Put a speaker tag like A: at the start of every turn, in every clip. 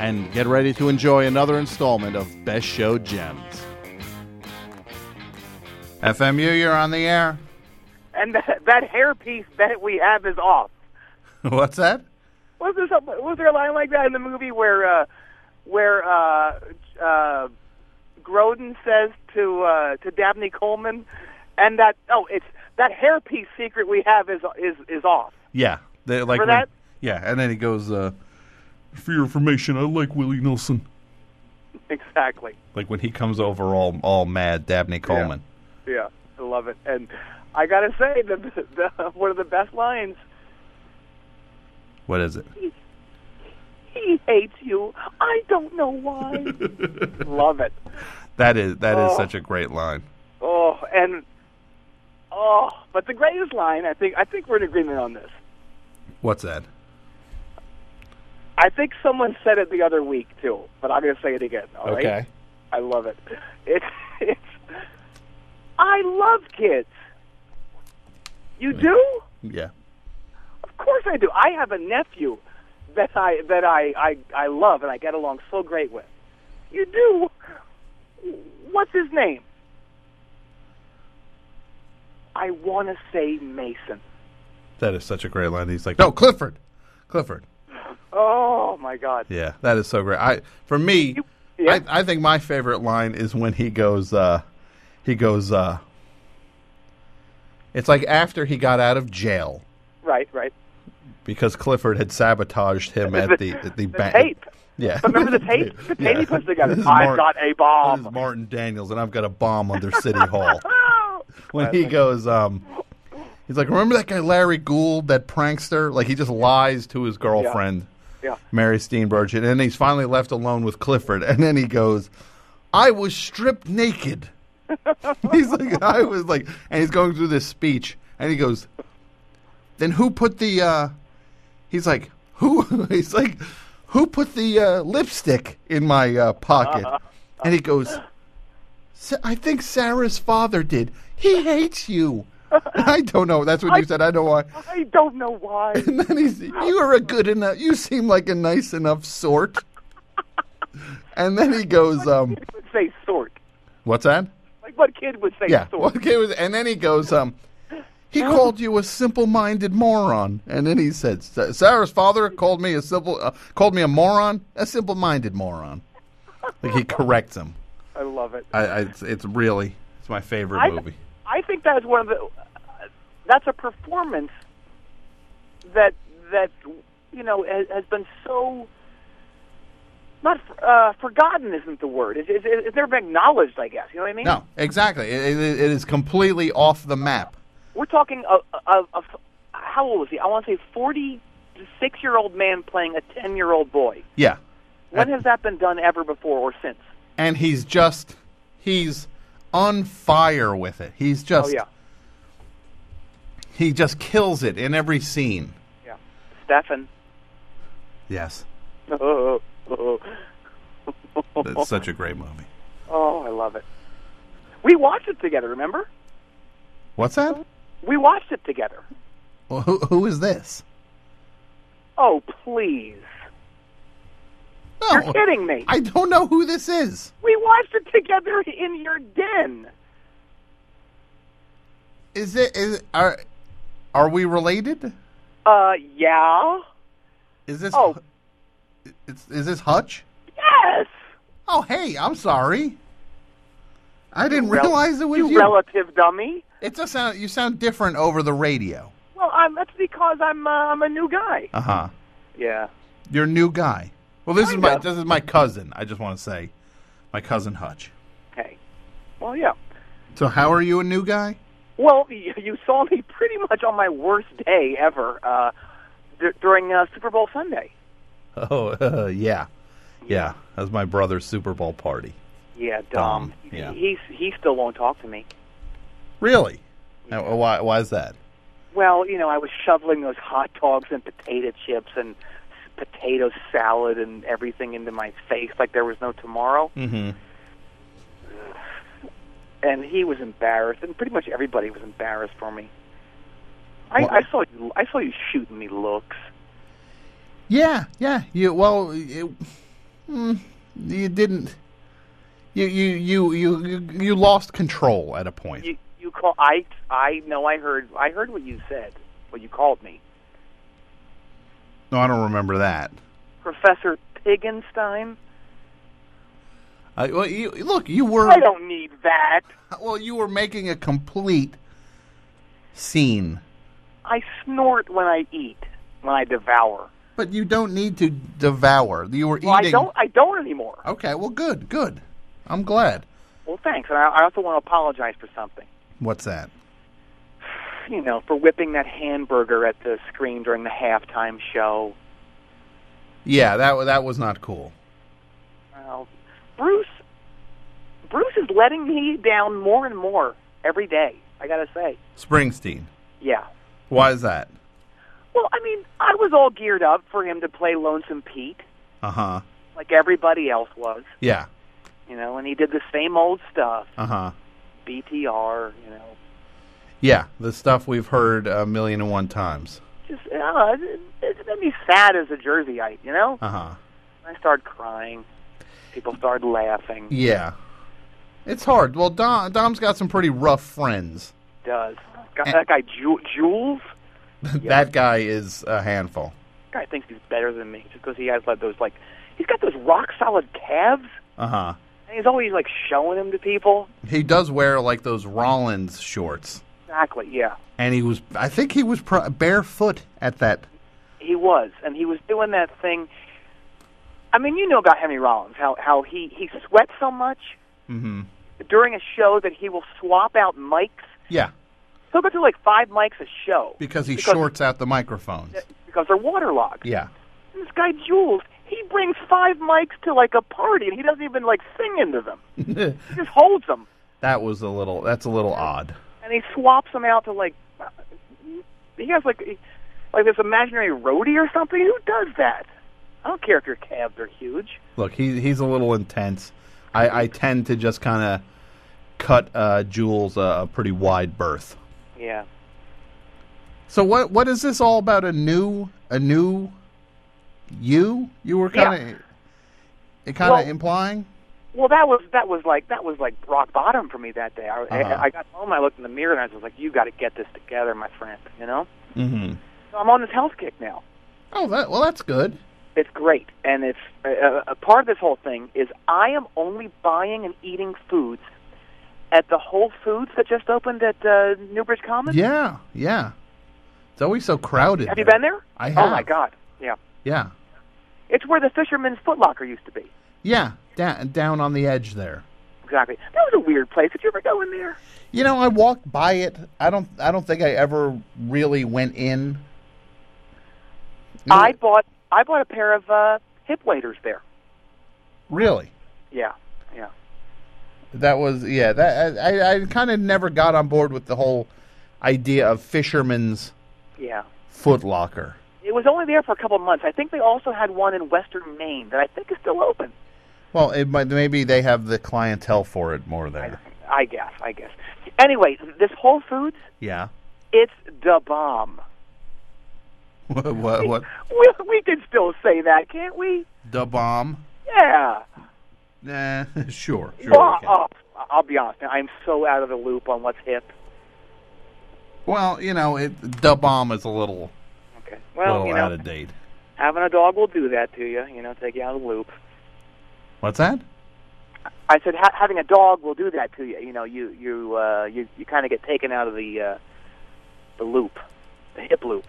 A: and get ready to enjoy another installment of Best Show Gems. FMU, you're on the air.
B: And that, that hairpiece that we have is off.
A: What's that?
B: Was there some, was there a line like that in the movie where uh, where uh, uh, Groden says to uh, to Dabney Coleman, and that oh it's that hairpiece secret we have is is is off.
C: Yeah, they, like
B: Remember
C: when-
B: that?
C: Yeah, and then he goes, uh, "For your information, I like Willie Nelson."
B: Exactly.
C: Like when he comes over all all mad, Dabney Coleman.
B: Yeah, I love it. And I gotta say, the, the one of the best lines.
C: What is it?
B: He hates you. I don't know why. love it.
C: That is that is
B: Oh.
C: such a great line.
B: Oh, and oh, but the greatest line. I think I think we're in agreement on this.
C: What's that?
B: I think someone said it the other week too, but I'm going to say it again. all right?
C: Okay.
B: I love it. It's it's. I love kids. You
C: Hmm.
B: do?
C: Yeah.
B: Of course I do. I have a nephew that I that I I, I love and I get along so great with. You do. What's his name? I want to say Mason.
C: That is such a great line. He's like, "No, Clifford, Clifford."
B: Oh my God.
C: Yeah, that is so great. I for me,
B: Yeah.
C: I, I think my favorite line is when he goes, uh, he goes, uh, it's like after he got out of jail
B: Right, right.
C: because Clifford had sabotaged him at the at the,
B: The
C: bank.
B: tape.
C: Yeah.
B: Remember the tape? The tape he
C: Yeah.
B: puts together.
C: This is Mark-
B: I've got a
C: This
B: bomb.
C: is Martin Daniels, and I've got a bomb under City Hall.
B: Oh,
C: When he goes, um, he's like, remember that guy Larry Gould, that prankster? Like he just lies to his girlfriend,
B: yeah.
C: Mary Steenburgen, and then he's finally left alone with Clifford, and then he goes, I was stripped naked. he's like, I was like, and he's going through this speech, and he goes, then who put the? uh He's like, who? he's like, who put the uh, lipstick in my uh, pocket? And he goes, "Sa- I think Sarah's father did. He hates you. I don't know. That's what you said. I don't know why.
B: I don't know why.
C: And then he's, you are a good enough. You seem like a nice enough sort. And then he goes, um,
B: Who would say sort?
C: what's that?
B: Like what kid would say
C: Yeah.
B: sort?
C: Okay. it was- And then he goes, um, he called you a simple-minded moron. And then he said, "Sa- Sarah's father called me a simple, uh, called me a moron, a simple-minded moron. Like he corrects him.
B: I love it.
C: I, I it's, it's really, it's my favorite
B: I-
C: movie.
B: I think that's one of the. That's a performance that that you know has, has been so not uh, forgotten isn't the word. It's, it's, it's never been acknowledged, I guess. You know what I mean?
C: No, exactly. It, it, it is completely off the map.
B: We're talking of, of, of how old was he? I want to say forty-six-year-old man playing a ten-year-old boy.
C: Yeah.
B: When has that been done ever before or since?
C: and he's just he's on fire with it. He's
B: Oh
C: just
B: yeah,
C: he just kills it in every scene.
B: yeah. Stefan.
C: Yes.
B: Oh,
C: That's such a great movie.
B: Oh, I love it. We watched it together. Remember?
C: What's that?
B: We watched it together.
C: Well, who who is this?
B: Oh, please.
C: No.
B: You're kidding me.
C: Oh, I don't know who this is.
B: we watched it together in your den.
C: Is it is are are we related?
B: Uh, yeah.
C: Is this
B: Oh.
C: It's, is this Hutch?
B: Yes.
C: Oh, hey, I'm sorry. I didn't
B: Rel-
C: realize it was you.
B: relative dummy.
C: it does sound you sound different over the radio.
B: Well, I'm, that's because I'm uh, I'm a new guy.
C: Uh-huh.
B: Yeah.
C: Your new guy. Well, this is my
B: Kinda.
C: this is my cousin. I just want to say, my cousin Hutch.
B: Hey. Well, yeah.
C: So, how are you a new guy?
B: Well, y- you saw me pretty much on my worst day ever uh, d- during uh, Super Bowl Sunday.
C: Oh, uh, yeah, Yeah, that was my brother's Super Bowl party.
B: Yeah,
C: Dom,
B: Dom.
C: yeah.
B: He's he still won't talk to me.
C: Really? Now, uh, why? Why is that?
B: Well, you know, I was shoveling those hot dogs and potato chips and potato salad and everything into my face like there was no tomorrow.
C: Mm-hmm.
B: And he was embarrassed, and pretty much everybody was embarrassed for me. I,
C: Well-
B: I saw you. I saw you shooting me looks.
C: Yeah, yeah. You well, it, mm, you didn't. You you you you you- you lost control at a point.
B: You you call. I I know. I heard. I heard what you said. What you called me,
C: No, I don't remember that.
B: Professor Pigenstein.
C: I, well, you, look, you were
B: I don't need that.
C: well, you were making a complete scene,
B: I snort when I eat. When I devour.
C: but you don't need to devour. You were
B: Well, I
C: eating.
B: don't. I don't anymore.
C: Okay, well, good, good. I'm glad.
B: Well, thanks. And I, I also want to apologize for something.
C: What's that?
B: You know, for whipping that hamburger at the screen during the halftime show.
C: Yeah, that wa- that was not cool.
B: Well, Bruce, Bruce is letting me down more and more every day. I gotta say,
C: Springsteen.
B: yeah.
C: Why is that?
B: Well, I mean, I was all geared up for him to play Lonesome Pete,
C: Uh huh.
B: like everybody else was,
C: Yeah.
B: you know. And he did the same old stuff,
C: Uh huh.
B: BTR, you know.
C: Yeah, the stuff we've heard a million and one times.
B: Just uh, it, it made me sad as a Jerseyite, you know.
C: Uh huh.
B: I started crying. People started laughing.
C: Yeah, it's hard. Well, Dom, Dom's got some pretty rough friends.
B: does. Got, that guy Ju- Jules,
C: that guy is a handful.
B: guy thinks he's better than me just because he has like those like he's got those rock solid calves,
C: Uh huh.
B: and he's always like showing them to people.
C: He does wear like those Rollins shorts,
B: Exactly, yeah,
C: and he was. I think he was pro- barefoot at that.
B: he was, and he was doing that thing. I mean, you know about Henry Rollins, how how he he sweats so much
C: Mm-hmm.
B: during a show that he will swap out mics.
C: Yeah,
B: He'll go through like five mics a show
C: because he
B: Because-
C: shorts out the microphones.
B: because they're waterlogged.
C: Yeah.
B: And This guy Jules, he brings five mics to like a party, and he doesn't even like sing into them. He just holds them.
C: that was a little. That's a little odd.
B: and he swaps them out to like he has like like this imaginary roadie or something. Who does that? I don't care if your calves are huge.
C: Look, he he's a little intense. I, I tend to just kind of cut uh, Jules a, a pretty wide berth.
B: Yeah.
C: So what what is this all about? A new a new you you were kind of it kind of
B: Well-
C: implying.
B: Well, that was that was like that was like rock bottom for me that day. I,
C: Uh-huh.
B: I, I got home, I looked in the mirror, and I was like, "You got to get this together, my friend." You know.
C: Mm-hmm.
B: So I'm on this health kick now.
C: Oh, that well, that's good.
B: It's great, and it's uh, a part of this whole thing is I am only buying and eating foods at the Whole Foods that just opened at uh, Newbridge Commons.
C: Yeah, yeah. It's always so crowded.
B: Have you been there?
C: I
B: Oh my
C: have.
B: God! Yeah,
C: Yeah,
B: it's where the Fisherman's Foot Locker used to be.
C: yeah. Down down on the edge there.
B: Exactly. That was a weird place. Did you ever go in there?
C: You know, I walked by it. I don't. I don't think I ever really went in.
B: I bought I bought a pair of uh, hip waders there.
C: really.
B: Yeah, yeah.
C: That was yeah. That I I kind of never got on board with the whole idea of fisherman's
B: Yeah.
C: footlocker.
B: It was only there for a couple of months. I think they also had one in Western Maine that I think is still open.
C: Well, it might, maybe they have the clientele for it more
B: I,
C: there.
B: I guess. I guess. Anyway, this Whole Foods,
C: Yeah.
B: it's the bomb.
C: What? What? what?
B: We we can still say that, can't we?
C: The bomb?
B: Yeah.
C: Nah. Sure. Sure. we
B: Bah-
C: can.
B: oh, I'll be honest. I'm so out of the loop on what's hip.
C: Well, you know, it, the bomb is a little,
B: Okay. Well,
C: little
B: you know,
C: out of date.
B: having a dog will do that to you. You know, take you out of the loop.
C: What's that?
B: I said ha- having a dog will do that to you. You know, you you uh, you you kind of get taken out of the uh, the loop, the hip loop.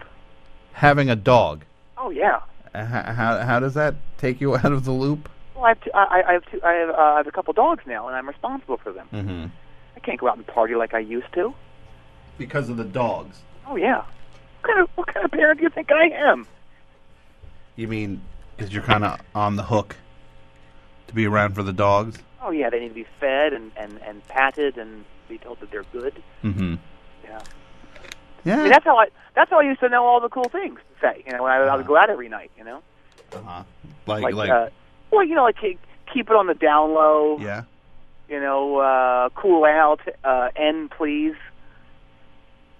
C: Having a dog.
B: Oh yeah.
C: Uh, h- How how does that take you out of the loop?
B: Well, I have two, I, I have two, I have uh, I have a couple dogs now, and I'm responsible for them.
C: Mm-hmm.
B: I can't go out and party like I used to.
C: Because of the dogs.
B: Oh yeah. What kind of what kind of parent do you think I am?
C: You mean because you're kind of on the hook? to be around for the dogs.
B: Oh yeah, they need to be fed and and and patted and be told that they're good.
C: Mm-hmm.
B: Yeah, I mean
C: Yeah.
B: that's how I that's how I used to know all the cool things to say. You know, when I, I would go out every night. You know,
C: Uh-huh. Like,
B: like,
C: like,
B: uh, well, you know, like keep keep it on the down low.
C: yeah.
B: You know, uh, cool out. Uh, end, please.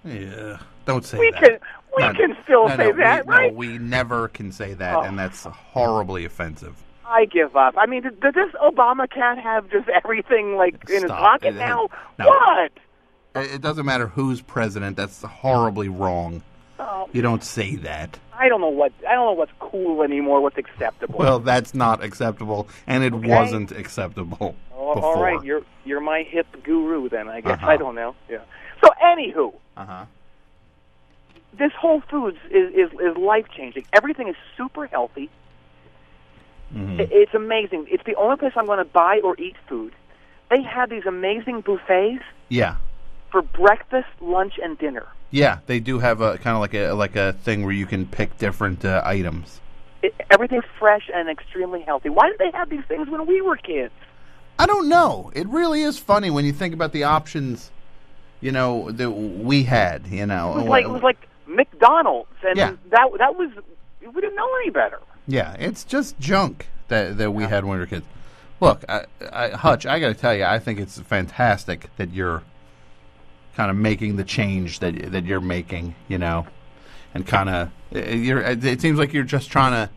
C: Yeah. Don't say
B: We
C: that.
B: can we
C: No, no.
B: can still
C: No,
B: say
C: no, we-
B: that, right?
C: No, we never can say that,
B: Oh.
C: and that's horribly offensive.
B: I give up. I mean, did, did this Obama cat have just everything like in his
C: Stop.
B: pocket
C: It-
B: now?
C: no.
B: What?
C: It it doesn't matter who's president. That's horribly wrong.
B: Oh,
C: You don't say that.
B: I don't know what I don't know what's cool anymore. What's acceptable?
C: Well, that's not acceptable, and it
B: Okay.
C: wasn't acceptable
B: All-
C: before.
B: all right, you're you're my hip guru then. I guess
C: Uh-huh.
B: I don't know. Yeah. So anywho,
C: uh-huh.
B: this Whole Foods is is, is life changing. Everything is super healthy.
C: Mhm.
B: I- It's amazing. It's the only place I'm going to buy or eat food. They have these amazing buffets
C: Yeah,
B: for breakfast, lunch, and dinner.
C: yeah. They do have a kind of like a like a thing where you can pick different uh, items.
B: It, everything's fresh and extremely healthy. Why did they have these things when we were kids?
C: I don't know. It really is funny when you think about the options, you know, that we had. You know,
B: It was like it was like McDonald's, and
C: Oh, Yeah.
B: that that was we didn't know any better.
C: Yeah, it's just junk that that we had when we were kids. Look, I, I, Hutch, I got to tell you, I think it's fantastic that you're kind of making the change that that you're making, you know, and kind of you're. eh, It seems like you're just trying to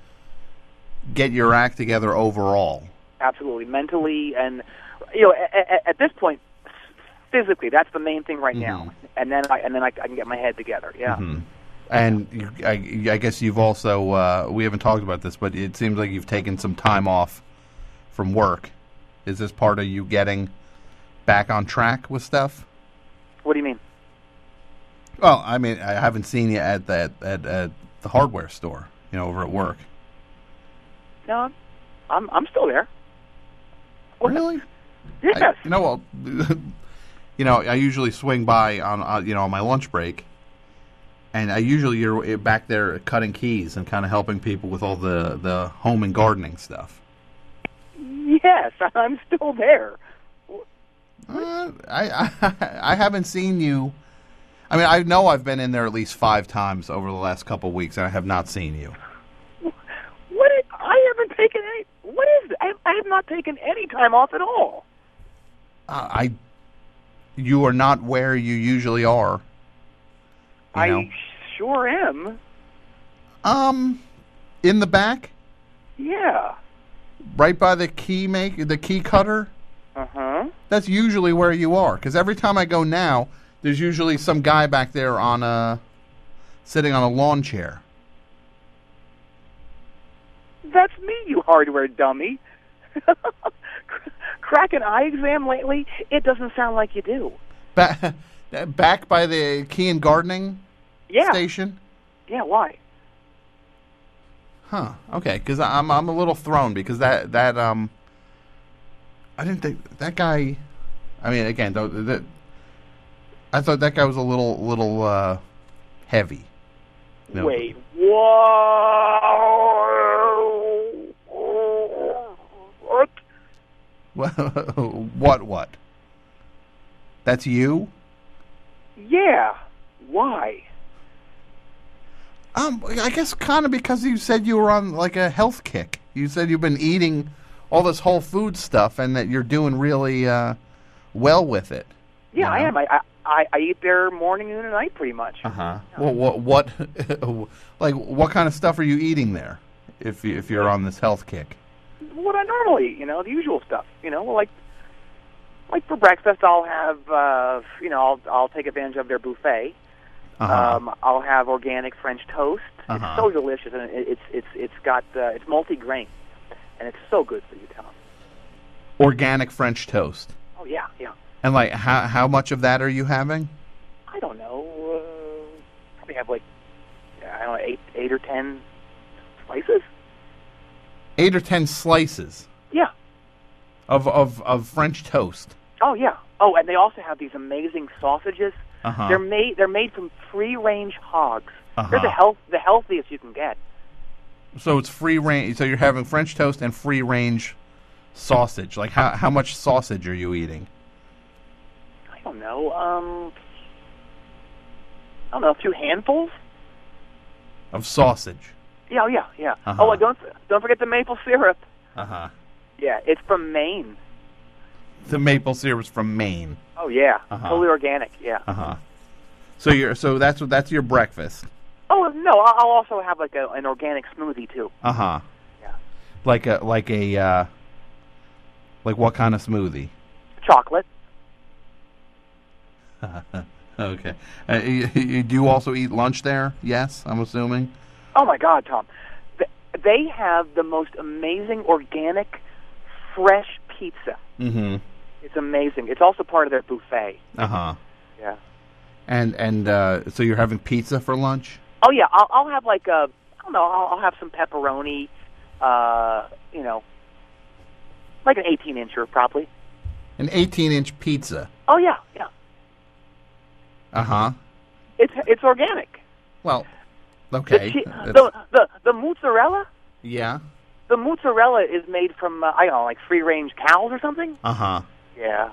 C: get your act together overall.
B: absolutely mentally and you know at, at this point physically that's the main thing right now
C: Mm-hmm.
B: and then i and then I, I can get my head together yeah
C: And you, I, I guess you've also uh, we haven't talked about this, but it seems like you've taken some time off from work. Is this part of you getting back on track with stuff?
B: what do you mean
C: Well, I mean, I haven't seen you at that at, at the hardware store, you know, over at work.
B: no i'm i'm, I'm still there What?
C: Really?
B: yes
C: I, you know, well, you know, I usually swing by on, on you know on my lunch break, and I usually you're eh, back there cutting keys and kind of helping people with all the the home and gardening stuff.
B: yes i'm still there
C: Uh, I, I I haven't seen you. I mean, I know I've been in there at least five times over the last couple of weeks, and I have not seen you.
B: what is, i haven't taken any what is I, I have not taken any time off at all
C: Uh, I, you are not where you usually are. You know?
B: i sure am
C: Um, in the back,
B: yeah
C: right by the key make the key cutter.
B: uh-huh
C: That's usually where you are, because every time I go now, there's usually some guy back there on a sitting on a lawn chair.
B: That's me, you hardware dummy. Crack an eye exam lately? It doesn't sound like you do.
C: Back, back by the key and gardening
B: Yeah.
C: station.
B: Yeah, why?
C: Huh. Okay, because I'm I'm a little thrown because that that um. I didn't think that guy. I mean, again, though, that I thought that guy was a little little uh, heavy. No.
B: Wait. Whoa. What?
C: what what? That's you?
B: Yeah. Why?
C: Um I guess kind of because you said you were on like a health kick. You said you've been eating all this whole food stuff and that you're doing really uh well with it.
B: Yeah, I
C: Yeah.
B: am. I, I- I I eat there morning, noon, and night pretty much.
C: Uh-huh. Well what what like what kind of stuff are you eating there if you, if you're on this health kick?
B: What I normally, you know, the usual stuff. You know, like like for breakfast, I'll have uh, you know, I'll I'll take advantage of their buffet.
C: Uh-huh.
B: Um, I'll have organic French toast.
C: Uh-huh.
B: It's so delicious, and it, it's it's it's got uh, it's multi-grain, and it's so good for you, Tom.
C: Organic French toast.
B: Oh yeah, yeah.
C: And like how how much of that are you having?
B: I don't know. Uh, probably have like I don't know eight eight or ten slices.
C: 8 or 10 slices
B: Yeah.
C: of of of French toast.
B: Oh yeah. Oh, and they also have these amazing sausages.
C: Uh-huh.
B: They're made they're made from free-range hogs. They're
C: Uh-huh.
B: the health the healthiest you can get.
C: So it's free range. So you're having French toast and free range sausage? Like how how much sausage are you eating?
B: I don't know. Um, I don't know. A few handfuls.
C: Of sausage.
B: Yeah, yeah, yeah.
C: Uh-huh.
B: Oh, and don't don't forget the maple syrup.
C: Uh huh.
B: Yeah, it's from Maine.
C: The maple syrup's from Maine.
B: Oh yeah,
C: Uh-huh.
B: totally organic. Yeah.
C: Uh huh. So you're so that's what that's your breakfast.
B: Oh no, I'll I'll also have like a, an organic smoothie too.
C: Uh huh.
B: Yeah.
C: Like a like a uh, like what kind of smoothie?
B: Chocolate.
C: Okay. Uh, you, you do also eat lunch there? Yes, I'm assuming.
B: Oh my God, Tom, Th- they have the most amazing organic, fresh pizza.
C: Mm-hmm.
B: It's amazing. It's also part of their buffet.
C: Uh huh.
B: Yeah.
C: And and uh, so you're having pizza for lunch?
B: Oh yeah, I'll, I'll have like a I don't know. I'll, I'll have some pepperoni. Uh, you know, like an 18 incher probably.
C: An 18 inch pizza.
B: Oh yeah, yeah.
C: Uh huh.
B: It's it's organic.
C: Well, okay.
B: The, che-
C: That's-
B: the the the mozzarella.
C: yeah.
B: The mozzarella is made from uh, I don't know, like free range cows or something.
C: Uh huh.
B: Yeah,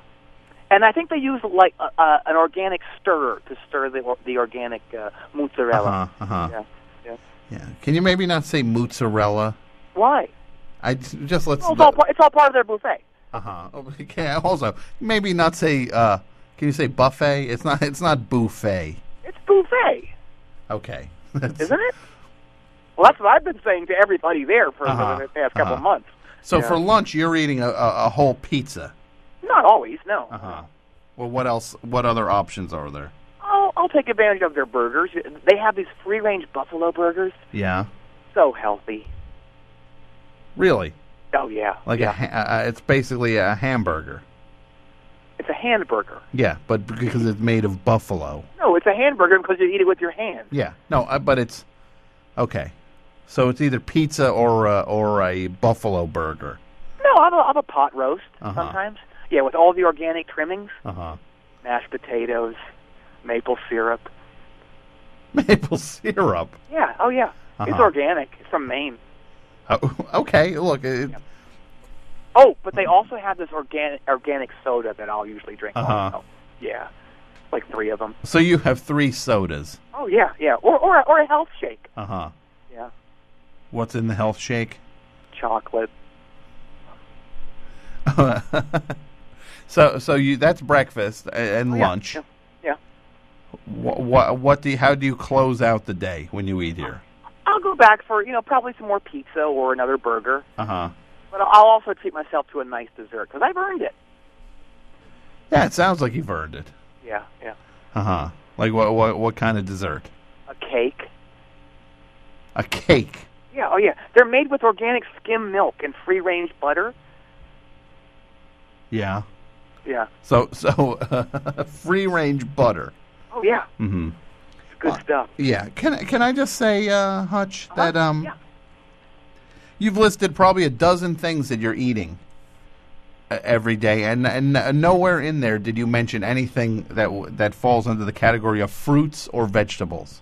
B: and I think they use like uh, uh, an organic stirrer to stir the or- the organic uh,
C: Uh
B: mozzarella.
C: huh. Uh huh.
B: Yeah, yeah.
C: Yeah. Can you maybe not say mozzarella?
B: Why?
C: I j- just let's.
B: Well, it's all part, it's all part of their buffet.
C: uh huh. Okay. Also, maybe not say. Uh, can you say buffet? It's not. It's not buffet.
B: It's buffet,
C: Okay. That's-
B: isn't it? Well, that's what I've been saying to everybody there for
C: Uh-huh.
B: the past couple
C: Uh-huh.
B: months.
C: So
B: Yeah.
C: for lunch, you're eating a, a, a whole pizza.
B: Not always, no.
C: huh. Well, what else? What other options are there?
B: I'll, I'll take advantage of their burgers. They have these free range buffalo burgers.
C: Yeah.
B: So healthy.
C: Really?
B: Oh yeah,
C: Like
B: yeah.
C: a ha- uh, it's basically a hamburger.
B: it's a hamburger.
C: Yeah, but because it's made of buffalo.
B: No, it's a hamburger because you eat it with your hands.
C: Yeah. No, uh, but it's okay. So it's either pizza or a, or a buffalo burger.
B: No, I'll have a, I'll have a pot roast
C: Uh-huh.
B: sometimes. Yeah, with all the organic trimmings,
C: Uh huh.
B: mashed potatoes, maple syrup.
C: Maple syrup.
B: Yeah, oh yeah, it's
C: Uh-huh.
B: organic. It's from Maine.
C: Oh, okay. Look. uh, It,
B: Oh, but they also have this organic organic soda that I'll usually drink.
C: Uh-huh.
B: Also. Yeah, like three of them.
C: So you have three sodas.
B: Oh yeah, yeah, or or or a health shake.
C: Uh huh.
B: Yeah,
C: What's in the health shake?
B: chocolate.
C: so so you that's breakfast a- and
B: Oh, Yeah,
C: lunch.
B: Yeah, yeah.
C: What, what what do you, how do you close out the day when you eat here?
B: I'll go back for you know probably some more pizza or another burger,
C: Uh huh.
B: but I'll also treat myself to a nice dessert because I've earned it.
C: Yeah, it sounds like you've earned it.
B: Yeah, yeah.
C: Uh huh. Like what what what kind of dessert?
B: A cake.
C: A cake.
B: Yeah, oh yeah. They're made with organic skim milk and free range butter.
C: Yeah.
B: Yeah.
C: So so free range butter.
B: Oh yeah.
C: Mhm.
B: It's good stuff.
C: Yeah. Can I- can I just say, uh, Hutch, that
B: Uh-huh.
C: um,
B: Yeah.
C: you've listed probably a dozen things that you're eating uh, every day, and and uh, nowhere in there did you mention anything that w- that falls under the category of fruits or vegetables.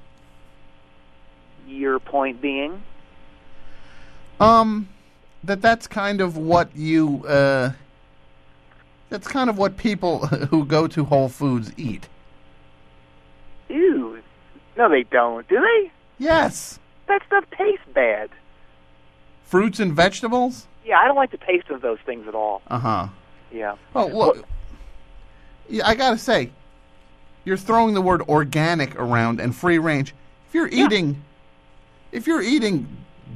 B: Your point being?
C: Um, that that's kind of what you uh, that's kind of what people who go to Whole Foods eat.
B: Ew. No, they don't, do they?
C: Yes,
B: That stuff tastes bad.
C: fruits and vegetables.
B: Yeah, I don't like the taste of those things at all.
C: Uh huh.
B: Yeah.
C: Well, Oh, look, yeah, I gotta say, you're throwing the word organic around and free range. If you're eating, if you're eating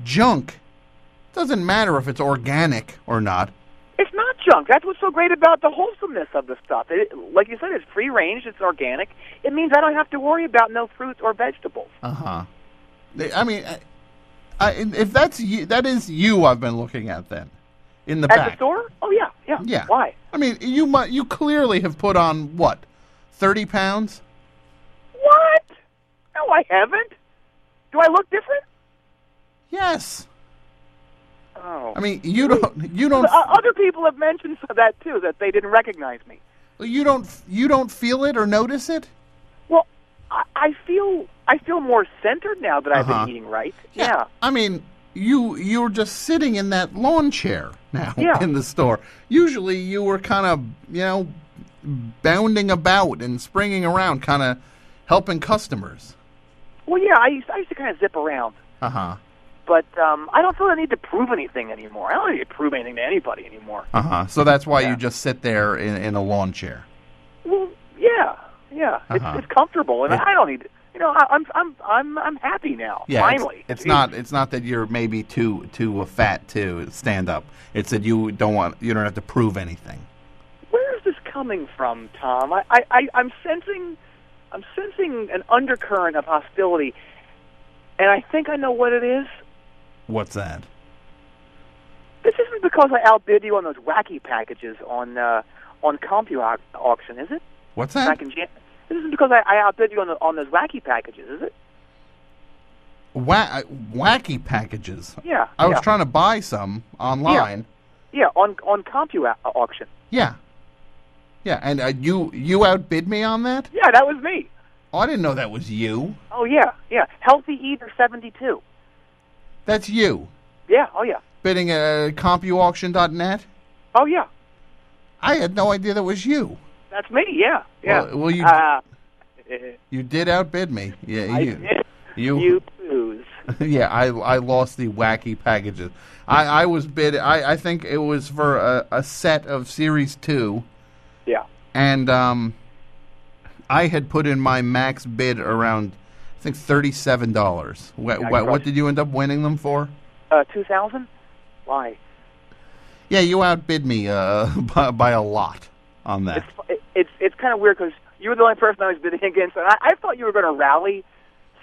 C: junk, it doesn't matter if it's organic or not.
B: It's not junk. That's what's so great about the wholesomeness of the stuff. It, like you said, it's free range, it's organic. It means I don't have to worry about no fruits or vegetables.
C: Uh huh. I mean, I, I, if that's you, that is you I've been looking at then, in the
B: At
C: back.
B: the store? Oh, yeah, yeah.
C: Yeah.
B: Why?
C: I mean, you mu you clearly have put on what, thirty pounds?
B: What? No, I haven't. Do I look different?
C: Yes.
B: Oh.
C: I mean, you don't you don't
B: But, uh, other people have mentioned that too, that they didn't recognize me.
C: you don't you don't feel it or notice it.
B: Well, I, I feel I feel more centered now that I've
C: Uh-huh.
B: been eating right. Yeah.
C: I mean, you you're just sitting in that lawn chair. now
B: Yeah.
C: in the store. Usually you were kind of, you know, bounding about and springing around, kind of helping customers.
B: Well, yeah, I used, I used to kind of zip around,
C: Uh huh.
B: but um, I don't feel the need to prove anything anymore. I don't need to prove anything to anybody anymore.
C: Uh huh. So that's why
B: Mm-hmm. Yeah.
C: you just sit there in, in a lawn chair.
B: Well, yeah, yeah,
C: Uh-huh.
B: it's, it's comfortable, and
C: Yeah.
B: I don't need. You know, I, I'm I'm I'm I'm happy now.
C: Yeah, it's-
B: finally,
C: It's,
B: Jeez.
C: not. It's not that you're maybe too too uh, fat to stand up. It's that you don't want. You don't have to prove anything.
B: Where is this coming from, Tom? I, I, I I'm sensing, I'm sensing an undercurrent of hostility, and I think I know what it is.
C: What's that?
B: This isn't because I outbid you on those wacky packages on uh, on CompuAuction, auction, is it?
C: What's
B: Back
C: that?
B: in Jan- this isn't because I, I outbid you on, the, on those wacky packages, is it?
C: Wha- uh, wacky packages.
B: Yeah,
C: I was
B: yeah.
C: trying to buy some online.
B: Yeah, on on CompuAuction. auction.
C: Yeah. Yeah, and uh, you you outbid me on that?
B: Yeah, that was me.
C: Oh, I didn't know that was you.
B: Oh yeah, yeah. Healthy Eater seventy two.
C: That's you
B: Yeah. Oh yeah.
C: bidding at uh, CompuAuction.net.
B: Oh yeah.
C: I had no idea that was you.
B: That's me. Yeah. Yeah.
C: Well, well, you-
B: Uh,
C: You did outbid me. Yeah,
B: I
C: you.
B: did.
C: You.
B: You lose.
C: yeah, I I lost the wacky packages. I, I was bid. I, I think it was for a, a set of Series Two,
B: Yeah.
C: and um, I had put in my max bid around I think thirty seven dollars. What,
B: Yeah,
C: what,
B: crushed.
C: what did you end up winning them for?
B: Uh, two thousand. Why?
C: Yeah, you outbid me uh, by, by a lot on that.
B: It's it, it's it's kind of weird because you were the only person I was bidding against, and I, I thought you were going to rally,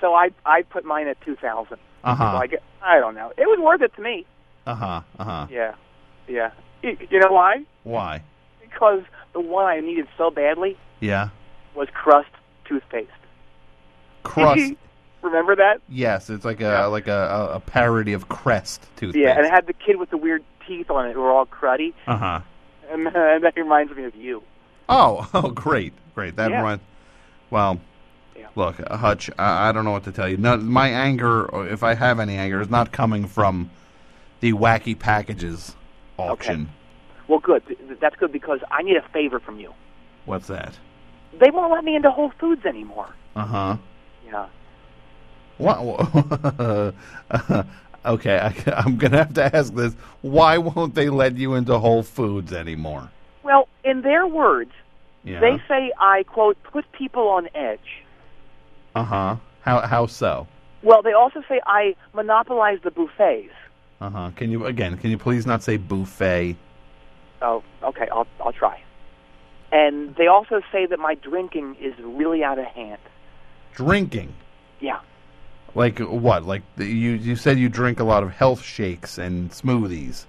B: so I I put mine at two thousand.
C: Uh-huh.
B: So I get, I don't know. It was worth it to me.
C: Uh huh. Uh huh.
B: Yeah. Yeah. You, you know why?
C: Why?
B: Because the one I needed so badly
C: Yeah.
B: was crust toothpaste.
C: Crust.
B: Remember that?
C: yes, it's like a
B: Yeah.
C: like a, a, a parody of Crest toothpaste.
B: Yeah, and it had the kid with the weird teeth on it who were all cruddy,
C: uh huh.
B: and, and that reminds me of you.
C: Oh, oh, great, great. That
B: Yeah.
C: run. Well,
B: Yeah.
C: look, Hutch, I, I don't know what to tell you. No, my anger, or if I have any anger, is not coming from the wacky packages auction.
B: Well, good. Th- That's good because I need a favor from you.
C: What's that?
B: They won't let me into Whole Foods anymore.
C: Uh huh.
B: Yeah.
C: What? okay, I, I'm gonna have to ask this. Why won't they let you into Whole Foods anymore?
B: Well, in their words,
C: Yeah.
B: they say I quote put people on edge.
C: Uh huh. How how so?
B: Well, they also say I monopolize the buffets.
C: Uh huh. Can you again? Can you please not say buffet?
B: Oh, okay, I'll I'll try. And they also say that my drinking is really out of hand.
C: Drinking.
B: Yeah.
C: Like what? Like the, you you said you drink a lot of health shakes and smoothies.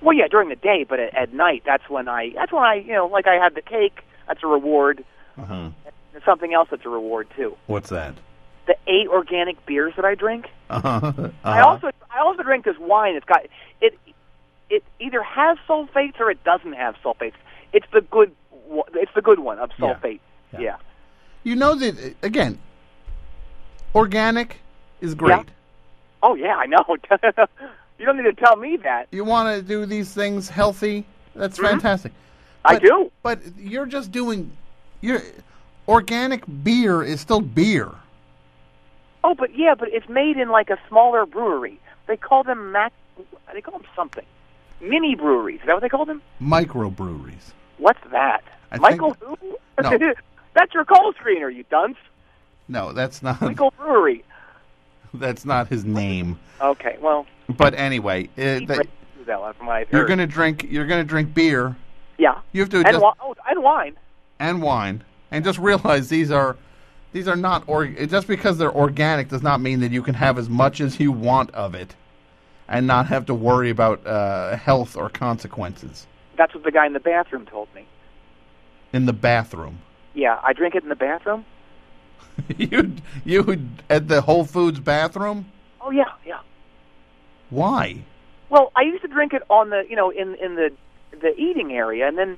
B: Well, yeah, during the day, but at, at night, that's when I that's when I you know like I had the cake. That's a reward.
C: Uh-huh.
B: And something else that's a reward too.
C: What's that?
B: The eight organic beers that I drink.
C: Uh-huh.
B: I also I also drink this wine. It's got it it either has sulfates or it doesn't have sulfates. It's the good wa- it's the good one of
C: Yeah.
B: sulfate.
C: Yeah.
B: Yeah.
C: You know that uh, again. Organic is great.
B: Oh yeah, I know. you don't need to tell me that.
C: You want to do these things healthy? That's fantastic.
B: Mm-hmm. I
C: But-
B: do.
C: But you're just doing your organic beer is still beer.
B: Oh, but yeah, but it's made in like a smaller brewery. They call them mac. They call them something. Mini breweries. Is that what they call them?
C: Microbreweries.
B: What's that?
C: I
B: Michael
C: think-
B: who?
C: No.
B: That's your call screener, you dunce.
C: No, that's not
B: Michael Brewery.
C: that's not his name.
B: Okay, well,
C: But anyway, uh,
B: he
C: that,
B: breaks through that one from what I've
C: you're
B: heard.
C: gonna drink. You're gonna drink beer.
B: yeah,
C: You have to
B: and,
C: adjust
B: wi- oh, and wine.
C: and wine, and just realize these are these are not or just because they're organic does not mean that you can have as much as you want of it, and not have to worry about uh, health or consequences
B: That's what the guy in the bathroom told me.
C: in the bathroom.
B: Yeah, I drink it in the bathroom.
C: you you at the Whole Foods bathroom?
B: Oh yeah, yeah.
C: Why?
B: Well, I used to drink it on the, you know, in in the the eating area, and then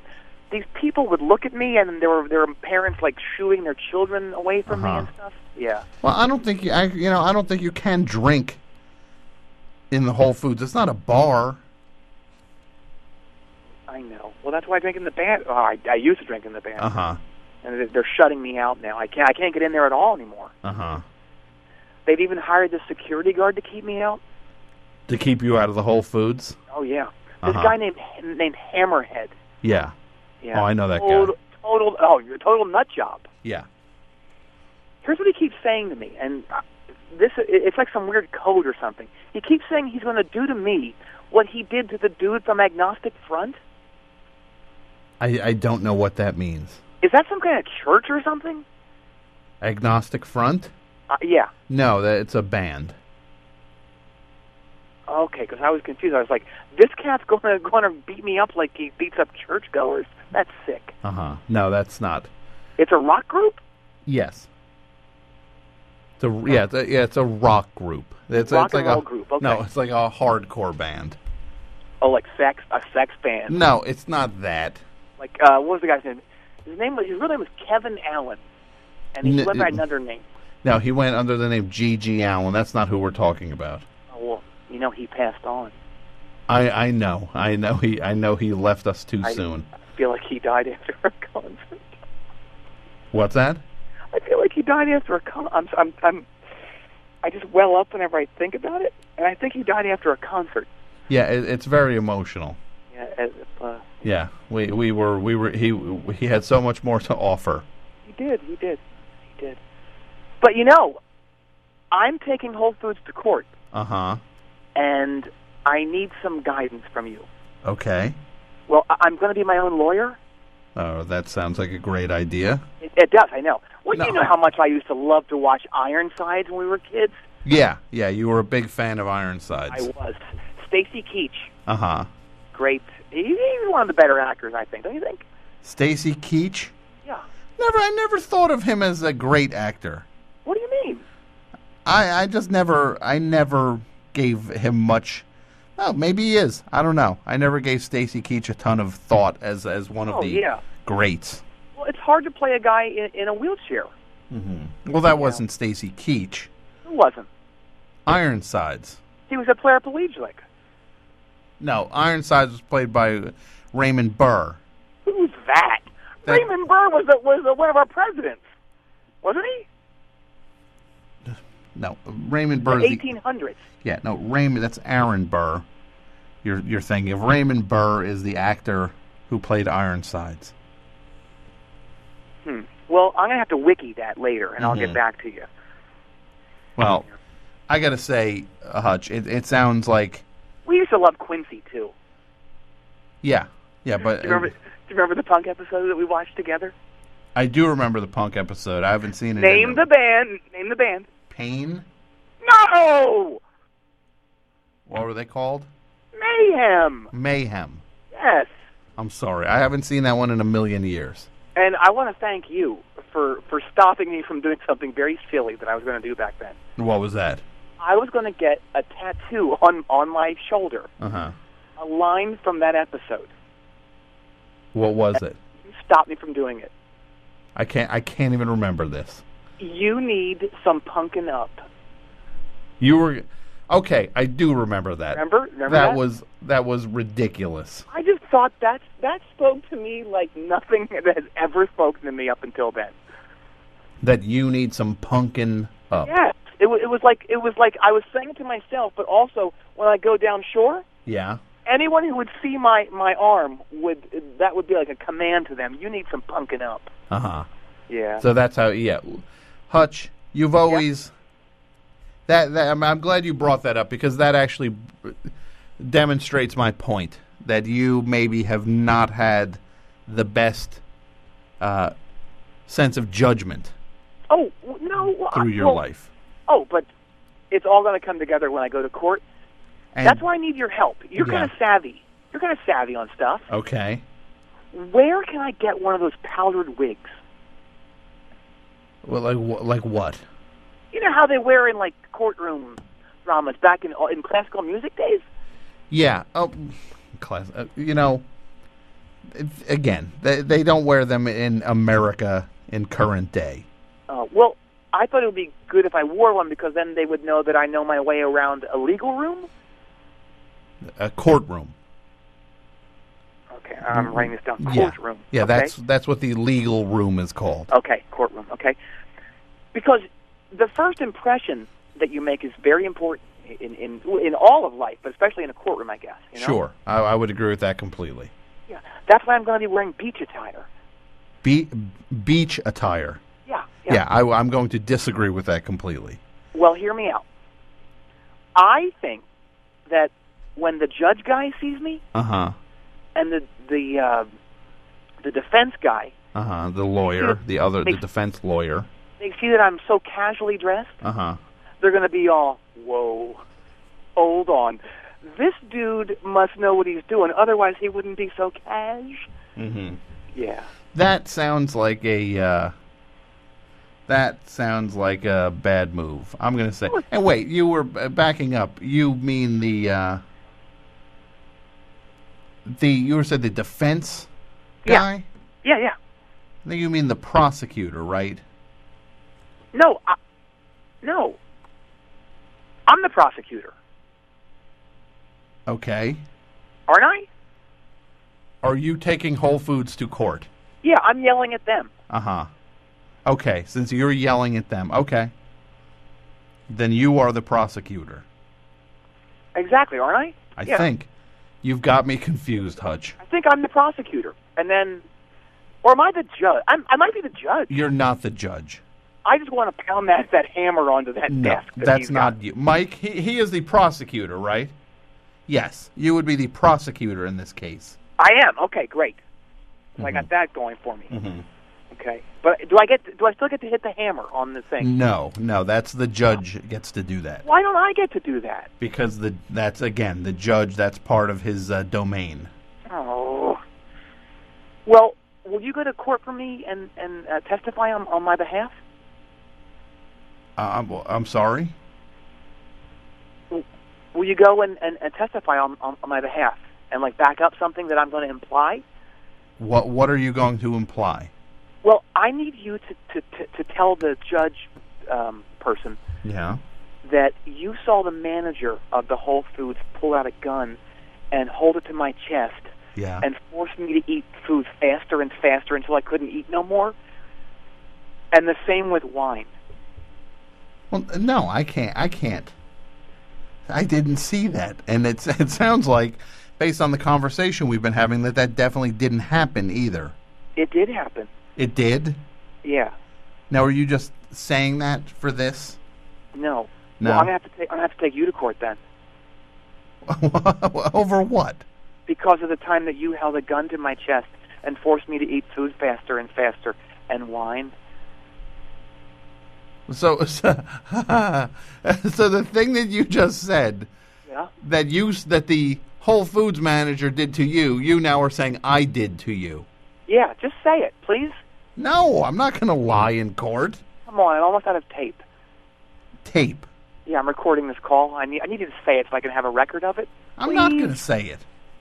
B: these people would look at me, and there were there were parents like shooing their children away from
C: Uh-huh.
B: me and stuff. Yeah.
C: Well, I don't think you I, you know I don't think you can drink in the Whole Foods. It's not a bar.
B: I know. Well, that's why I drink in the band. Oh, I, I used to drink in the band,
C: Uh huh.
B: and they- they're shutting me out now. I can't. I can't get in there at all anymore.
C: Uh huh.
B: They've even hired the security guard to keep me out.
C: To keep you out of the Whole Foods.
B: Oh yeah, this
C: Uh-huh.
B: guy named named Hammerhead.
C: Yeah.
B: Yeah.
C: Oh, I know that guy.
B: total, Total. Oh, you're a total nut job.
C: Yeah.
B: here's what he keeps saying to me, and uh, this it- it's like some weird code or something. He keeps saying he's going to do to me what he did to the dude from Agnostic Front.
C: I I don't know what that means.
B: Is that some kind of church or something?
C: Agnostic Front?
B: Uh, yeah.
C: No, that it's a band.
B: Okay, because I was confused. I was like, this cat's going to going to beat me up like he beats up churchgoers. That's sick.
C: Uh huh. No, that's not.
B: It's a rock group.
C: Yes. It's a yeah, it's a, yeah, it's a rock group. It's,
B: Rock
C: it's
B: and
C: like
B: roll
C: a,
B: group, okay.
C: No, it's like a hardcore band.
B: Oh, like sex, a sex band.
C: No, it's not that.
B: Like, uh, what was the guy's name? His name was his real name was Kevin Allen, and he
C: N-
B: went by
C: n-
B: another name.
C: No, he went under the name G.G. Allen. That's not who we're talking about.
B: Oh, well, you know he passed on.
C: I, I know, I know he, I know he left us too
B: I-
C: soon.
B: I feel like he died after a concert.
C: What's that?
B: I feel like he died after a con. I'm, I'm, I'm, I just well up whenever I think about it, and I think he died after a concert.
C: Yeah, it, it's very emotional.
B: Yeah, as if, uh,
C: Yeah, we we were we were he he had so much more to offer.
B: he did, he did, he did. But you know, I'm taking Whole Foods to court,
C: Uh huh.
B: and I need some guidance from you.
C: Okay.
B: Well, I- I'm going to be my own lawyer.
C: Oh, that sounds like a great idea.
B: It, it does, I know. Well, you
C: No.
B: know how much I used to love to watch Ironsides when we were kids.
C: Yeah, yeah, you were a big fan of Ironsides.
B: I was Stacy Keach,
C: Uh huh.
B: great. He, he's one of the better actors, I think. Don't you think?
C: Stacy Keach.
B: Yeah.
C: Never, I never thought of him as a great actor.
B: What do you mean?
C: I, I just never, I never gave him much. Oh, maybe he is. I don't know. I never gave Stacy Keach a ton of thought as as one of
B: Oh,
C: the
B: yeah.
C: greats.
B: Well, it's hard to play a guy in, in a wheelchair.
C: Well, that wasn't Stacy Keach.
B: It wasn't.
C: Ironsides.
B: He was a paraplegic.
C: No, Ironsides was played by Raymond Burr.
B: Who's that?
C: That-
B: Raymond Burr was the, was the, one of our presidents, wasn't he?
C: No, Raymond
B: The
C: Burr. is the-
B: 1800s.
C: Yeah, no, Raymond. That's Aaron Burr. You're you're thinking of Raymond Burr is the actor who played Ironsides.
B: Hmm. Well, I'm gonna have to wiki that later, and I'll get back to you.
C: Well, I gotta say, uh, Hutch, it, it sounds like
B: We used to love Quincy too.
C: yeah, yeah, but
B: Do you remember? Do you remember the punk episode that we watched together?
C: I do remember the punk episode. I haven't seen it.
B: Name
C: in
B: the band. Name the band.
C: pain.
B: No,
C: What were they called?
B: mayhem.
C: Mayhem.
B: Yes.
C: I'm sorry, I haven't seen that one in a million years.
B: And I want to thank you for for stopping me from doing something very silly that I was going to do back then.
C: What was that?
B: I was going to get a tattoo on on my shoulder,
C: Uh huh.
B: a line from that episode.
C: What was it?
B: You stopped me from doing it.
C: I can't. I can't even remember this.
B: You need some punkin' up.
C: You were okay. I do remember that.
B: Remember?
C: that
B: Remember that?
C: was that was ridiculous.
B: I just thought that that spoke to me like nothing that has ever spoken to me up until then.
C: That you need some punkin up.
B: Yes, it, wa- it was like it was like I was saying it to myself, but also when I go down shore,
C: Yeah.
B: anyone who would see my my arm would that would be like a command to them. You need some punkin' up.
C: Uh huh.
B: Yeah.
C: So that's how. Yeah. Hutch, you've always that, that. I'm, I'm glad you brought that up because that actually demonstrates my point that you maybe have not had the best uh, sense of judgment
B: oh w- no. well, I-
C: through your
B: well,
C: life.
B: Oh, but it's all going to come together when I go to court.
C: And,
B: That's why I need your help. You're
C: Yeah.
B: kind of savvy. You're kind of savvy on stuff.
C: Okay.
B: Where can I get one of those powdered wigs?
C: Well, like wh- like what?
B: You know how they wear in like courtroom dramas back in uh, in classical music days.
C: Yeah. Oh, class. Uh, you know, it- again, they they don't wear them in America in current day.
B: Uh, well, I thought it would be good if I wore one because then they would know that I know my way around a legal room.
C: A courtroom.
B: Okay, I'm writing this down.
C: Mm-hmm. yeah,
B: Courtroom.
C: yeah.
B: okay?
C: That's that's what the legal room is called.
B: Okay, courtroom. Okay, because the first impression that you make is very important in in in all of life, but especially in a courtroom, I guess. You know?
C: Sure, I, I would agree with that completely.
B: Yeah, that's why I'm going to be wearing beach attire.
C: Be- beach attire.
B: Yeah.
C: Yeah, I, am going to disagree with that completely.
B: Well, hear me out. I think that when the judge guy sees me
C: Uh huh.
B: and the the uh, the defense guy,
C: Uh huh. The lawyer, the other, the
B: Makes-
C: defense lawyer.
B: they see that I'm so casually dressed.
C: Uh huh.
B: they're going to be all, whoa, hold on. This dude must know what he's doing, otherwise he wouldn't be so cash.
C: Mm-hmm.
B: Yeah.
C: That sounds like a. Uh, that sounds like a bad move. I'm going to say. And wait, you were uh, backing up. You mean the. Uh, the you were said the defense
B: Yeah.
C: guy.
B: Yeah, yeah.
C: I think you mean the prosecutor, right?
B: No, I, no. I'm the prosecutor,
C: Okay.
B: aren't I?
C: Are you taking Whole Foods to court?
B: Yeah, I'm yelling at them.
C: Uh huh. Okay, since you're yelling at them, okay. Then you are the prosecutor.
B: Exactly, aren't I?
C: I
B: yeah.
C: think. You've got me confused, Hutch.
B: I think I'm the prosecutor. And then, or am I the judge? I'm, I might be the judge.
C: You're not the judge.
B: I just want to pound that, that hammer onto that
C: No,
B: desk. that
C: that's
B: he's got.
C: not you. Mike, he, he is the prosecutor, right? Yes, you would be the prosecutor in this case.
B: I am. Okay, great. So I got that going for me. Okay, but do I get? Do I still get to hit the hammer on the thing?
C: No, no, that's the judge gets to do that.
B: Why don't I get to do that?
C: Because the that's, again, the judge, that's part of his uh, domain.
B: Oh. Well, will you go to court for me and and uh, testify on on my behalf?
C: Uh, I'm, I'm sorry?
B: Will you go and and, and testify on, on on my behalf and like back up something that I'm going to imply?
C: What, what are you going to imply?
B: Well, I need you to to to, to tell the judge um, person
C: Yeah.
B: that you saw the manager of the Whole Foods pull out a gun and hold it to my chest
C: Yeah.
B: and forced me to eat food faster and faster until I couldn't eat no more. And the same with wine.
C: Well, no, I can't. I can't. I didn't see that, and it's, it sounds like, based on the conversation we've been having, that that definitely didn't happen either.
B: It did happen.
C: It did.
B: Yeah.
C: Now, are you just saying that for this?
B: No.
C: No.
B: Well, I'm gonna have to take I'm gonna have to take you to court then,
C: Over what?
B: because of the time that you held a gun to my chest and forced me to eat food faster and faster and wine.
C: So, so, so the thing that you just said
B: Yeah.
C: that you s- that the Whole Foods manager did to you, you now are saying I did to you.
B: Yeah. Just say it, please.
C: No, I'm not going to lie in court.
B: Come on. I'm almost out of tape.
C: Tape.
B: Yeah. I'm recording this call. I need I need you to say it so I can have a record of it.
C: I'm not
B: Please.
C: going to say it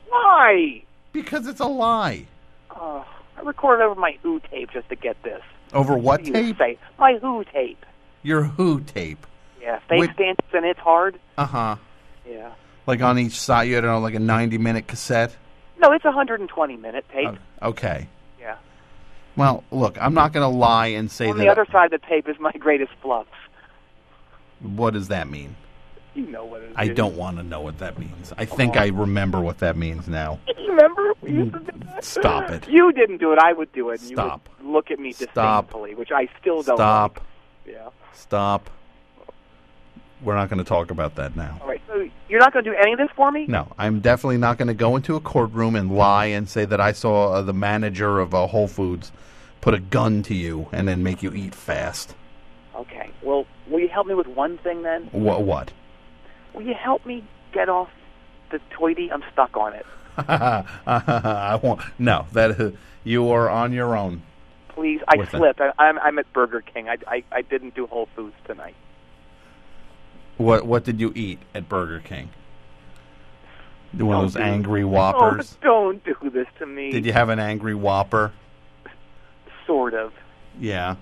B: Why?
C: because it's a lie.
B: Oh, I recorded over my Who tape just to get this.
C: Over what
B: You
C: tape?
B: say my Who tape.
C: Your Who tape.
B: Yeah, fake
C: Wait-
B: stances and it's hard.
C: Uh huh.
B: Yeah.
C: Like on each side, you had uh, like a ninety-minute cassette.
B: No, it's a 120 minute tape.
C: Oh, okay.
B: yeah.
C: Well, look, I'm not going to lie and say
B: On
C: that.
B: the other side of the tape is my greatest flux.
C: What does that mean?
B: You know what it is.
C: I don't want to know what that means. I think I remember what that means now.
B: Remember? We used to do that?
C: Stop it.
B: You didn't do it. I would do it. and
C: Mm. Stop.
B: You would look at me
C: Stop.
B: disdainfully, which I still don't.
C: Stop.
B: like. Yeah.
C: Stop. We're not going to talk about that now.
B: All right. So you're not going to do any of this for me?
C: No, I'm definitely not going to go into a courtroom and lie and say that I saw uh, the manager of uh, Whole Foods put a gun to you and then make you eat fast.
B: Okay. Well, will you help me with one thing then?
C: What? What?
B: Will you help me get off the toity? I'm stuck on it.
C: I won't. No, that you are on your own.
B: Please, I
C: With it.
B: slipped. I, I'm, I'm at Burger King. I, I, I didn't do Whole Foods tonight.
C: What What did you eat at Burger King? One of those
B: Don't do-
C: angry Whoppers.
B: Oh, don't do this to me.
C: Did you have an angry Whopper?
B: Sort of.
C: Yeah.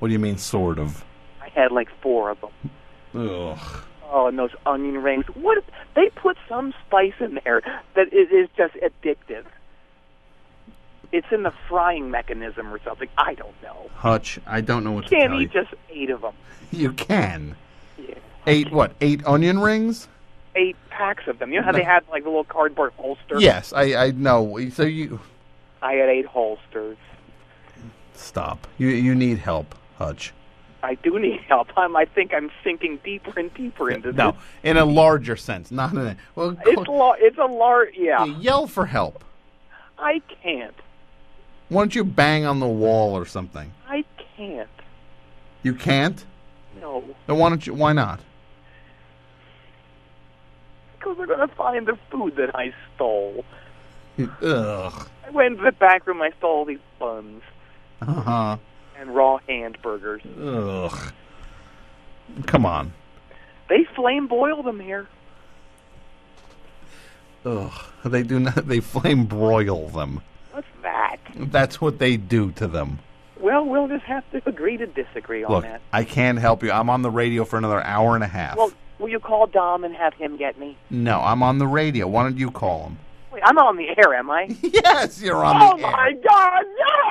C: What do you mean, sort of?
B: I had like four of them.
C: Ugh.
B: Oh, and those onion rings. What? They put some spice in there that it is just addictive. it's in the frying mechanism or something. I don't know.
C: Hutch, I don't know what to
B: Can't
C: tell
B: eat just eight of them.
C: you. You can.
B: Yeah.
C: Eight what? Eight onion rings?
B: Eight packs of them. You know how they had like the little cardboard holster?
C: Yes, I I know. So you
B: I had eight holsters.
C: stop. You you need help, Hutch.
B: I do need help. I'm, I think I'm sinking deeper and deeper into
C: No,
B: this.
C: in a larger sense, not in a well.
B: It's
C: go-
B: lo- it's a large. Yeah,
C: yell for help.
B: I can't.
C: Why don't you bang on the wall or something?
B: I can't.
C: You can't.
B: No,
C: Then why don't you? Why not?
B: because they're gonna find the food that I stole.
C: Ugh.
B: I went to the back room. I stole all these buns
C: Uh huh.
B: and raw hamburgers.
C: Ugh. Come on.
B: They flame boil them here.
C: Ugh. They do not. They flame broil them.
B: What's that?
C: That's what they do to them.
B: Well, we'll just have to agree to disagree on
C: Look,
B: that.
C: I can't help you. I'm on the radio for another hour and a half.
B: Well, will you call Dom and have him get me?
C: no, I'm on the radio. Why don't you call him?
B: Wait, I'm on the air, am I?
C: Yes, you're on
B: oh
C: the air.
B: my God,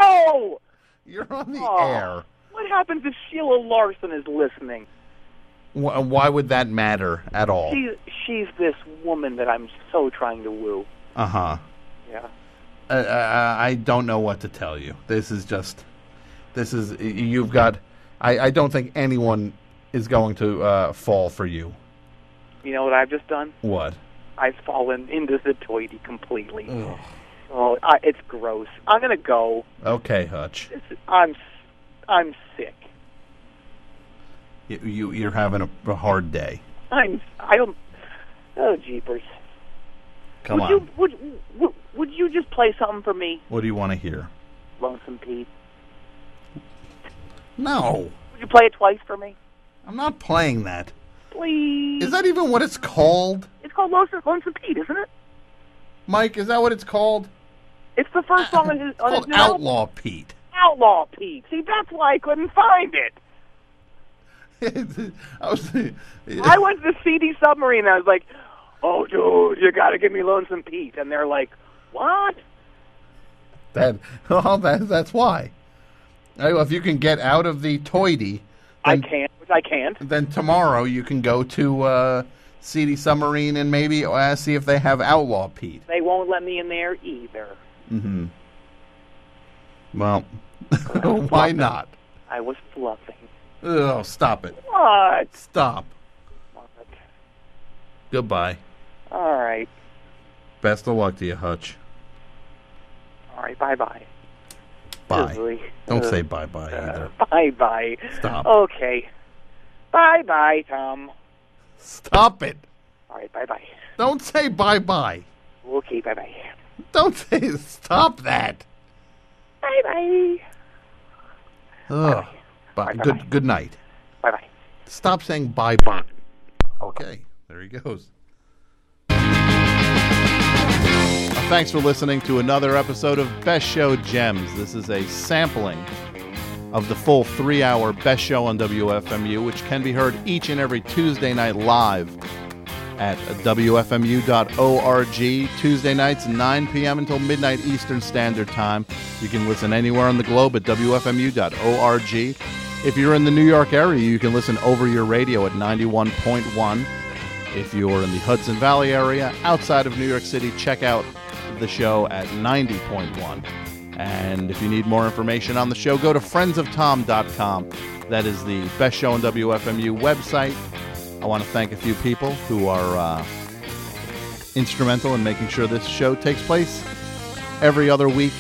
B: no!
C: You're on the
B: Oh.
C: air.
B: What happens if Sheila Larson is listening?
C: Wh- why would that matter at all?
B: She's she's this woman that I'm so trying to woo.
C: Uh-huh.
B: Yeah.
C: Uh uh I don't know what to tell you. This is just. This is. y- You've got. I, I don't think anyone is going to uh, fall for you.
B: You know what I've just done?
C: What?
B: I've fallen into the toity completely. Oh, I, it's gross. I'm gonna go.
C: Okay, Hutch.
B: This is, I'm s- I'm sick.
C: You, you you're having a, a hard day.
B: I'm I don't. Oh jeepers!
C: Come
B: would
C: on.
B: you would, would would you just play something for me,
C: What do you want to hear?
B: Lonesome Pete?
C: No,
B: Would you play it twice for me,
C: I'm not playing that.
B: please?
C: Is that even what it's called,
B: It's called Lonesome, Lonesome Pete, isn't it?
C: Mike? Is that what it's called?
B: It's the first song on his
C: It's
B: on
C: called
B: his new album.
C: Outlaw Pete.
B: Outlaw Pete. See, that's why I couldn't find it.
C: I was.
B: I went to the CD submarine. And I was like, "Oh, dude, you got to give me Lonesome Pete," and they're like, "What?"
C: That, well, that, that's why. Hey, well, if you can get out of the toity,
B: I
C: then,
B: can't. Which I can't.
C: then tomorrow you can go to uh, CD Submarine and maybe uh, see if they have Outlaw Pete.
B: They won't let me in there either.
C: Mm-hmm. Well, why not?
B: I was bluffing.
C: Oh, stop it.
B: What?
C: Stop.
B: What?
C: Goodbye.
B: All right.
C: Best of luck to you, Hutch.
B: All right. Bye bye.
C: Bye. Don't say bye bye either.
B: Bye bye.
C: Stop.
B: Okay. Bye bye, Tom.
C: Stop it.
B: All right. Bye bye.
C: Don't say bye bye.
B: Okay. Bye bye.
C: Don't say stop that.
B: Bye bye.
C: Ugh. Bye.
B: Bye-bye.
C: Good good night.
B: Bye bye.
C: Stop saying bye bye. Okay, there he goes.
A: Thanks for listening to another episode of Best Show Gems. This is a sampling of the full three hour Best Show on WFMU, which can be heard each and every Tuesday night live at WFMU.org. Tuesday nights, 9 p.m. until midnight Eastern Standard Time. You can listen anywhere on the globe at WFMU.org. If you're in the New York area, you can listen over your radio at 91.1. If you're in the Hudson Valley area outside of New York City, check out the show at 90.1. And if you need more information on the show, go to friendsoftom.com. That is the best show on WFMU website. I want to thank a few people who are uh, instrumental in making sure this show takes place every other week.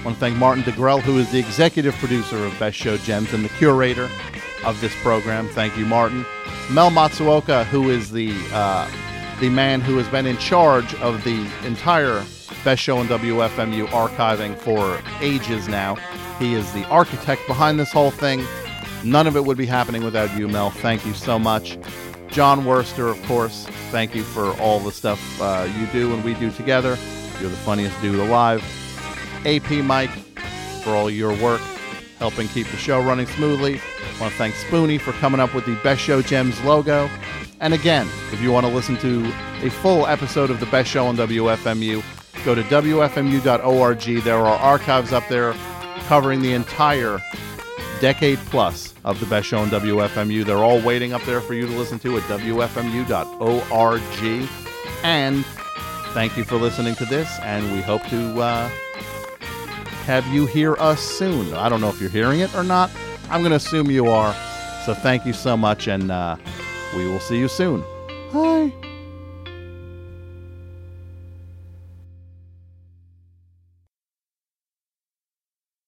A: I want to thank Martin DeGrell, who is the executive producer of Best Show Gems and the curator of this program. Thank you, Martin. Mel Matsuoka, who is the uh, the man who has been in charge of the entire Best Show and WFMU archiving for ages now. He is the architect behind this whole thing. None of it would be happening without you, Mel. Thank you so much. John Worster, of course, thank you for all the stuff uh, you do and we do together. You're the funniest dude alive. AP Mike for all your work helping keep the show running smoothly. I want to thank Spoonie for coming up with the Best Show Gems logo. And again, if you want to listen to a full episode of the Best Show on WFMU, Go to WFMU.org. There are archives up there covering the entire decade plus of the best show on WFMU. They're all waiting up there for you to listen to at WFMU.org. And thank you for listening to this, and we hope to uh, have you hear us soon. I don't know if you're hearing it or not. I'm going to assume you are. So thank you so much, and uh, we will see you soon. Bye.